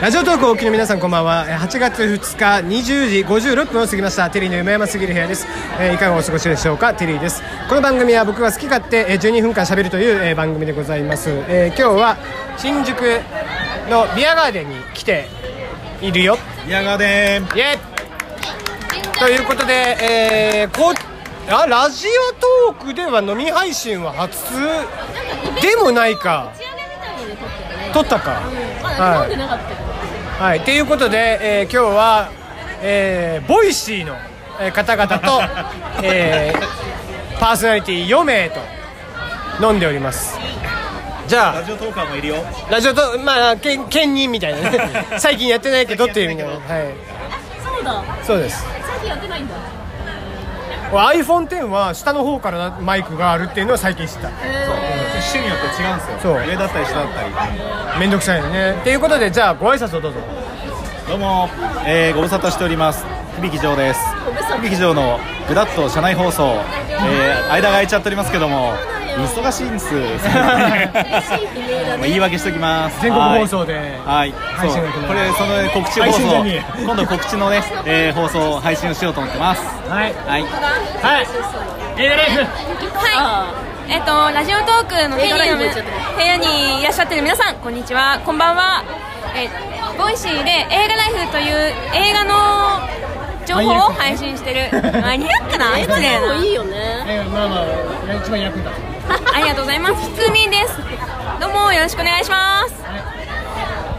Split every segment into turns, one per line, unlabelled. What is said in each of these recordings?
ラジオトークをお聞きの皆さんこんばんはえー8月2日20時56分を過ぎましたテリーの夢山すぎる部屋です、えーいかがお過ごしでしょうかテリーですこの番組は僕が好き勝手えー12分間喋るというえー番組でございます、えー今日は新宿のビアガーデンに来ているよ
宮川でー
イエイということで、えー、こあラジオトークでは飲み配信は初でもないか
打ち上げみたいなの撮ってたね
撮ったか、
あ
は
飲んで
い
なかったけど
はい、ということで、えー今日は、えーボイシーのえー方々と、えーパーソナリティ4名と飲んでおりますじゃあ
ラジオトーカーもいるよ
ラジオとまあ兼兼任みたいなね最近やってないけどっていう意味で、はい、
そうだ
そうです
最近やってないんだ
iPhone X は下の方からマイクがあるっていうのは最近知った
種によって違うんですよ
そう
上だったり下だったり
めんどくさいよねっていうことでじゃあご挨拶をどうぞ
どうも、えー、ご無沙汰しております響城です
無沙汰
響城のぐだっと社内放送、えー、間が空いちゃっておりますけども忙しいんです
嬉しい悲鳴だ
もう言い訳しときます
全国放送で
はい
配信
そう
が行わ
こ
れ
れその告知
配
放
信じゃ
送
ねえ
今度告知のね、えー、放送配信をしようと思ってます
はい
はい
はいエライフ
はい。えっとラジオトークの部屋に部屋にいらっしゃってる皆さん、こんにちは、こんばんは。えボイシーで映画ライフという映画の情報を配信してるマニアックなやつで
でもいいよね
えまあまあ一番役に立
ありがとうございます。普通みです。どうもよろしくお願いします。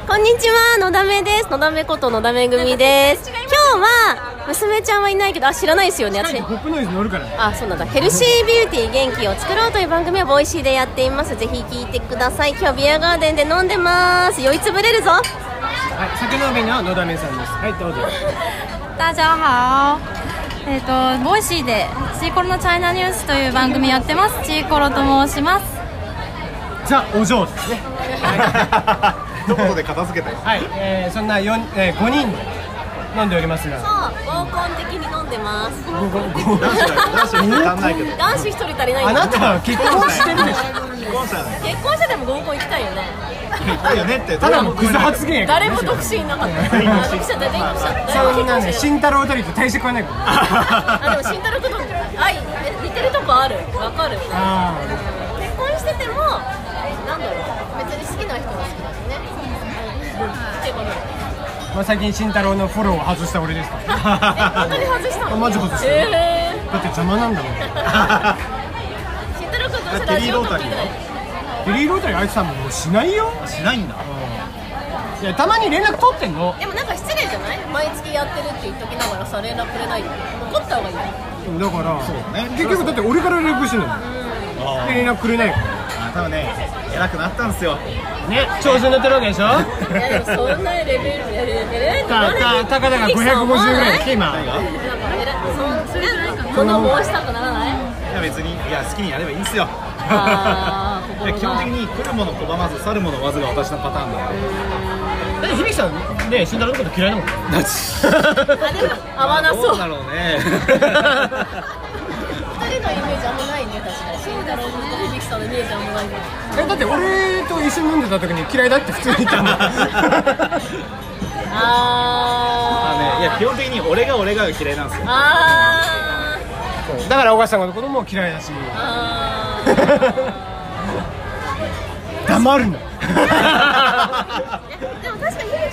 こんにちは、のだめです。のだめことのだめ組です。今日は、娘ちゃんはいないけど、あ、知らないですよね、私
つポップノイズ乗るからね
あ、そうなんだ。ヘルシービューティー元気を作ろうという番組はボイシーでやっています。ぜひ聞いてください。今日ビアガーデンで飲んでます。酔いつぶれるぞ。
はい酒飲みの野田めさんですはいどうぞ
大家好。えっ、とボイシーでチーコロのチャイナニュースという番組やってます。チーコロと申します。
ザお嬢ですね
どこで片付 けたよ
はい、えー、そんな四えー、5人で飲んでおりますが
合コン的に飲んでます。
男子足んないけど
男子一人足りない
あなたは結婚してるでしょ
既婚者だよ
結婚してでも合コン行きたいよね。
だよねっ て
ただのクズ発言やから
誰も独身いなかった。独身者全員独身者。誰も
そん
結
な
婚
ね
してない。
慎太郎とりと大して食わないから
あ、でも慎太郎君と、あ、い似てるとこある。わかる。
あ
結婚しててもなんだろう別に好きな人は好きだしねっていうことで
ーまあ最近慎太郎のフォローを外した俺ですから
本当に外したの
マジ外したよ
え
だって邪魔なんだもん
ー、知ってることラジオと聞いてない
フリーロータリーあいつさんももうしないよ
しないんだ
いやたまに連絡取ってんの
でもなんか失礼じゃない毎月やってるって言っときながらさ連絡くれないよ怒った方がいいよ
だから
ね
結局だって俺から連絡してんのよ
あ
で連絡くれないから
ー多分ね偉くなったんですよ
ね調子に乗ってるわけでしょ
いやでもそんなレベルやれレベル
たたたかだが550ぐらいです今
何がい
物申したくならない
や別にいや好きにやればいいんですよ
あー
いや基本的に来るもの拒まず去るものわずが私のパターンなんで
だって響さんね慎太郎のこと嫌いだもん
あでも合わなそう
ど
二
うだろうね
人のイメージあんまないね確かに慎太郎君と響さんのイメージあんまないね
えだって俺と一緒に飲んでた時に嫌いだって普通に 言ったんだ
あ
あのねいや基本的に俺が俺がが嫌いなんですよ
ーあー
そうだから小川さんのことも嫌いだし
あー
黙るな
でも確かにひるき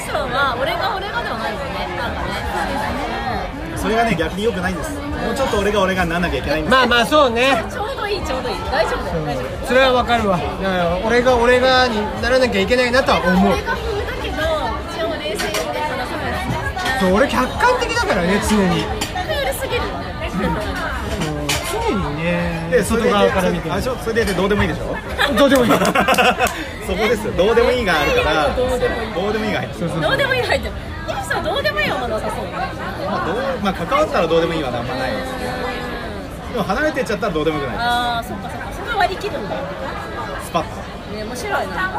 さんは俺が俺がではないもんねなんかね
それがね逆に良くないんですもうちょっと俺が俺がなんなきゃいけないんで す
まあまあそうね
ちょうどいいちょうどいい大丈夫だよ大丈夫だよ
それはわかるわだから俺が俺がにならなきゃいけないなとは思う
俺が風だけど一応冷静に話さない
そう俺客観的だからね常に
クールすぎるよね
常にね
でそれ
外
で
側から見て
あ
る
ちょそれででどうでもいいでしょ
どうでもいい
そこですよどうでもいいがあるからどうでもいいが入ってる
どうでもいい入ってるひるきさんどうでもいいよまださそう
まあどうまあ関わったらどうでもいいはあんまないですねでも離れてっちゃったらどうでもよくない
ああそっかそっかそれは割り切るんだよ
スパッと
ね面白いな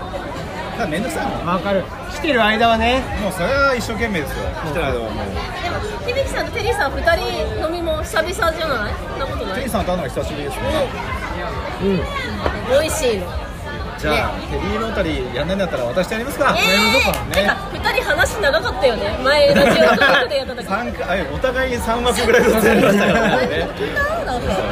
ただ面倒くさいもん
わかる来てる間はね
もうそれは一生懸命ですよ来たらでももう
でもひるきさんとテリーさん二人飲みも久々じゃないそんなことな
テリ
い
ーさんと会うのが久しぶりですね
美味しいの
じゃあ、テリーロータリーやんないんだったら私とやりますか。
えー、てか
ね。
2人長かったよね前ラジオトークでやった時
三回あお互いに3枠ぐらいずつやりましたからね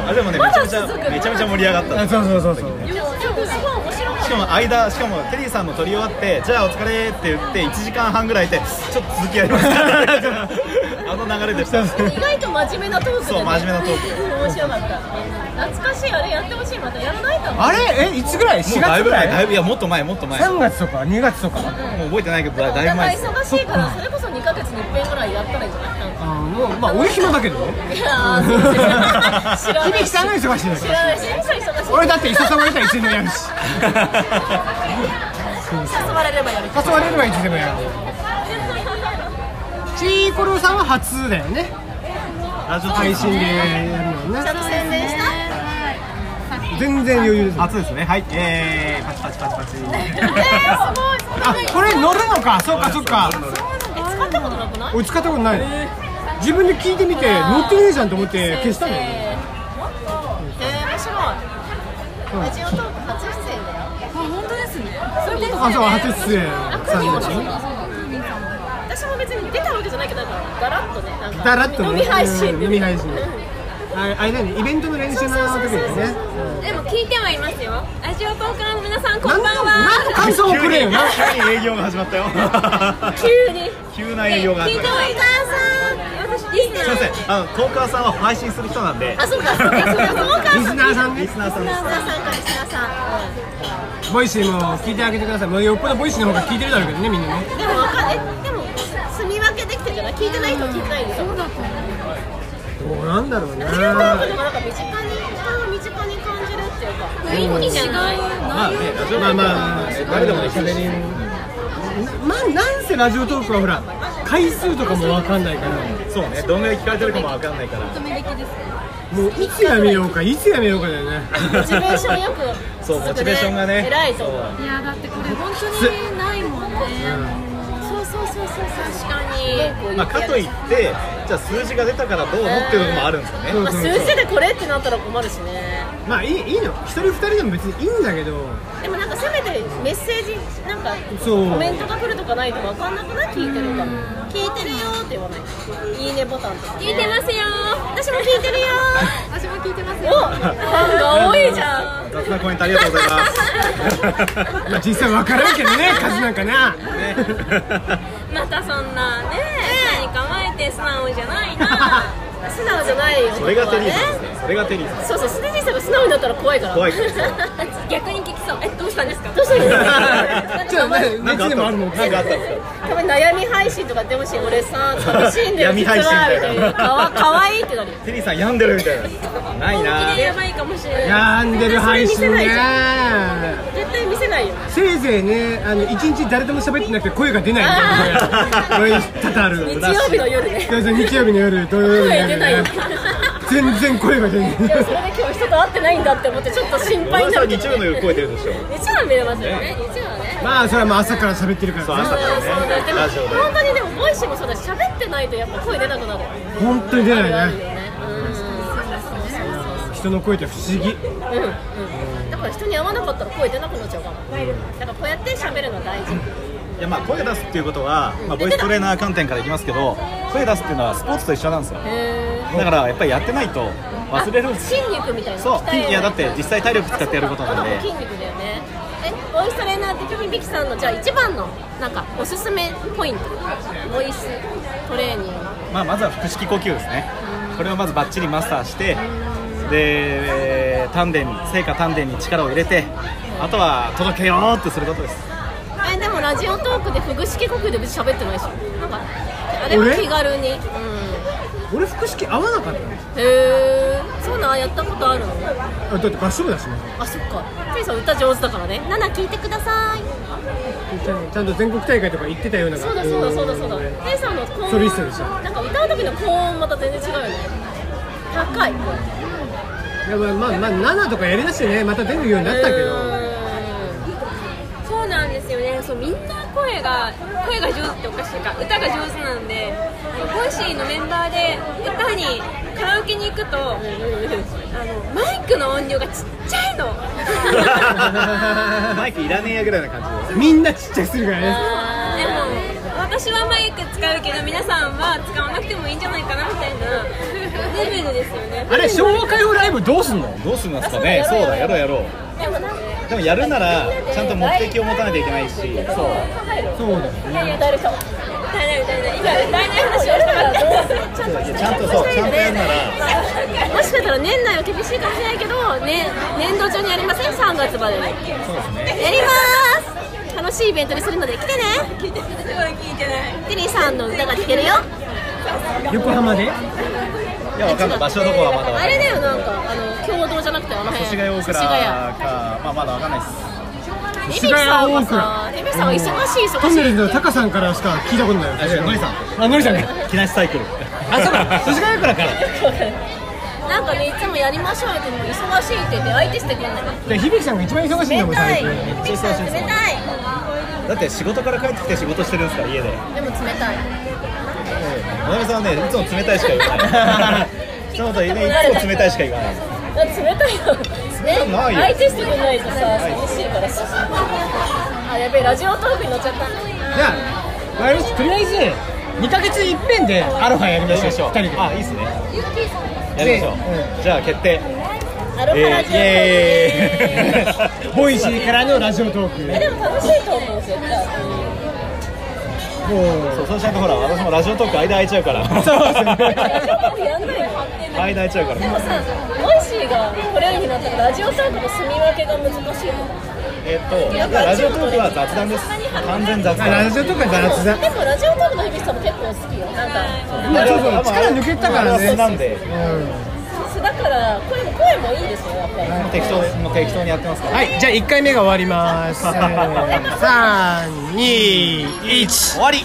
あでもねめちゃめちゃめちゃめちゃ盛り上がった
あそうそうそうそう
でもでもすごい面白かっ
しかも間しかもテリーさんも撮り終わってじゃあお疲れって言って1時間半ぐらいいてちょっと続きやりますかって あの流れでした
た意外と真面目なトークで、ね、
そう真面目なトーク
ク 面白かった懐かしいあれやってほしいまたやらないかも
あれえいつぐらい
も
4
うだ
月ぐ
いぶ前だ
ら
い
い
ぶいやもっと前もっと前も
3月とか2月とか
う覚えてないけどだ
お
だいぶ前
互い
です
忙しいからそれこそ2ヶ月に1遍ぐらいやったらいいんじゃないなんか
あもうまあ俺暇だけ どね
いやーそうですね知らない
響さんが忙しいんだ
知
から
らないし先生忙しい
俺だっていささまれたらいつでもやるし
誘われればやる
誘われればいつでもやるちーころさんは初だよね
ラジオト
配
ー
信でやるのね
ちゃんと宣伝した
全然余裕です
ク初ですねはいえー、パチパチパチパチ
えー、すごいそんな
あこれ乗るのかそっかそっか
使ったことなくない
俺使ったことないの自分で聞いてみて乗ってねえじゃんと思って消したのよね
えー、面白いラジオトーク初出演だよ
あそう初出演さんでしょ
私も別に出たわけじゃないけどなんかガラッとねなんか
だらっとね
飲み配信
うん
で
飲み配信ああれ何イベントの練習の時だよね
でも聞いてはいますよラジオトークの皆さんこん
何
ば
の
ん
何の
は
感想を
急
く
に
れよな
急に営業が始まったよ
急に
急な営業が始
聞い
ま
て
った
はいます私聞いて
すみま
な
せ
い
んあのトーカーさんは配信する人なんで
あそうかそうかそうかそうか
リスナーさん
リ
ね
スナーさんです
ボイシーも聞いてあげてくださいもうよっぽどボイシーの方が聞いてるだろうけどねみんなね
でもわかんえでも住み分けできてるじゃない聞いてない人は聞いてないんでしょラ
どうなんだろうね
ジオトークでもなんか身近に人を身近に感じるっていうか
雰囲気じゃない
まあねラジオト
まあ
ーク
まあ
誰でもできる
喋れるまあなんせラジオトークはほら回数とかもわかんないから
そうねどんぐらい聞かれてるかもわかんないから
もういつやめようかいつやめようかだよね
モチベーションよく
そうモチベーションがね
偉いと
そう
思う
いやだってこれ本当にないもんね
そうそうそうそう確か に
まあ、かといって、じゃあ数字が出たからどうのっていうのもあるんですよね。
そう
まあ、数字でこれってなったら困るしね
まあいいいいの一人二人でも別にいいんだけど
でもなんかせめてメッセージなんか
そう
コメントが来るとかないと分かんなくない聞いてるか聞いてるよーって言わないいいねボタンとか
聞いてますよ
私も聞いてるよー私も聞いてますよおファンが多いじゃん
雑なコメントありがとうございます
まあ実際わからんけどね数なんかな
またそんなね何構えて素直じゃないな
あ
素直じゃないよ。
それがテリーさんで
ね
すね。それがテリーさん。
そうそうステージさんが素直になったら怖いから
怖いから
逆に聞きそうえどうしたんですか
どうしたらいいの
じゃあね
なんか
熱
あっ
でもあるの
た。なんかあったんですか。
たまに悩み配信とかでもし俺さ楽しんでる
闇
実
配信
はみたいなかわかわいいってなるよ
テリーさん病んでるみたいな。ないな
本気。でやばいかもしれない
病んでる配信
見せないじ
ね
絶対見せないよ
せいぜいねあの一日誰とも喋ってなくて声が出ないこれ多々ある
日曜日の夜ね
そうそう日曜日の夜土曜日の
声出
夜
ないよ
全然声が出ない
でもそれで今日人と会ってないんだって思ってちょっと心配
小
に
田
な
さ
る
ん日曜の夜超えてるでしょ。
日曜は見れますよね日曜はね
まあそれはまあ朝から喋ってるか
そう
らね
朝から
そう
ね
だでも
ラジオで。
本当にでもボイシーもそうだし喋ってないとやっぱ声出なくなる
本当に出
あ
な
る
い
よ
ね
ねうん
人の声って不思議
うんうんだから人に会わなかったら声出なくなっちゃうからだからこうやって喋るのは大事
いやまあ声出すっていうことは、まあボイストレーナー観点からいきますけど、声出すっていうのはスポーツと一緒なんですよ。だからやっぱりやってないと忘れるんです
筋
よ。
肉みたいな
そう。
鍛えない
いやだって実際体力使ってやること
あ
なん
とも筋
で。
肉だよねえボイストレーナー的にミキさんのじゃあ一番のなんかおすすめポイントボイストレーニング
まあ、まずは腹式呼吸ですね、これをまずばっちりマスターして、で、えー丹田に、成果丹田に力を入れて、あとは届けようってすることです、
えでもラジオトークで腹式呼吸で別に喋ってないでしょなんかあれは気軽にうん
俺腹式合わなかったの
へえそうなんやったことあるの
あだって合唱部だしね
あそっかテイさん歌上手だからね「ナナ聞いてください」
ちゃんちゃんと全国大会とか行ってたような
そうだそうだそうだそうだテイさんの高
ソ
音
リストでしょ
なんか歌う時の高音また全然違うよね高い
いやまあまあ、まあ、7とかやりだして ねまた出るようになったけど
そうなんですよねそうみんな声が声が上手っておかしいか歌が上手なんでボイシーのメンバーで歌にカラオケに行くとあのマイクの音量がちっちゃいの
マイクいらねえやぐらいな感じで
みんなちっちゃくするからね
でも私私はマイク使うけど皆さんは使わなくてもいいんじゃないかなみたいなレベルですよ ね
あれ昭和歌謡ライブどうすんの
どうすんですかねそうだやろうやろう
でもなんか
でもやるならちゃんと目的を持たなきゃいけないしそう
そうだよ
いやいや歌える人歌えない歌えない今歌えない話をしたからちゃんと
ちゃんとそうちゃんとやるなら
もしかしたら年内は厳しいかもしれないけど、ね、年度中にやりません3月までに
そうですね
やります楽しいイベントにするので来てね聞いてないテリーさんの歌が聴けるよ
横浜で
いやわかんない場所どこはまだわ
あ
かん
れ
ない
だよなんかあの共同じゃなくてあの辺
越谷大倉かまあまだわかんないです
エビさんはさエビさんは忙しい忙
トン
し
ネル
い
ズのタカさんからしか聞いたことない
あ
よ
のりさん
あのりさんが
木梨サイクル
あそう か藤ヶ谷からか
なんかねいつもやりましょうよっても忙しいって言って相手してくんない
で響さんが一番忙しいんだもん最近
冷たい冷たい
だって仕事から帰ってきて仕事してるんですから家で
でも冷たい
渡辺さんはねいつも冷たいしか言わ ないそのことねいつも冷たいしか言わない
だって冷たいよ
冷たくないよ
ね相手してくんないとさ寂しいからさあやべえラジオトークに乗っちゃった
じゃあわかりましたとりあえず2ヶ月いっぺんでアロハやりましょう2人で
あいいですねやりましょう、じゃあ決定
アロハラジオトーク
えーイエ
で
ーイ
ボイシーからのラジオトー
でも楽しいと思うんですよ
クもう
そうそうしないとほら私もラジオトーク間空いちゃうから
そうですね
ラジオ トークやんないよ
間空いちゃうから
でもさモイシーがこれになったらラジオトークの住み分けが難しいよ
えっとなんかラジオトークは雑談です完全雑
あラ
談
ジオトークは雑談
でもラジオトークの響さんも結構好きよなんか
今ちょっと力抜けたからね
あれは素なんで
うん
そうだから声も声もいいですよやっぱり
適当もう適当にやってますから
はいじゃあ1回目が終わります321
終わり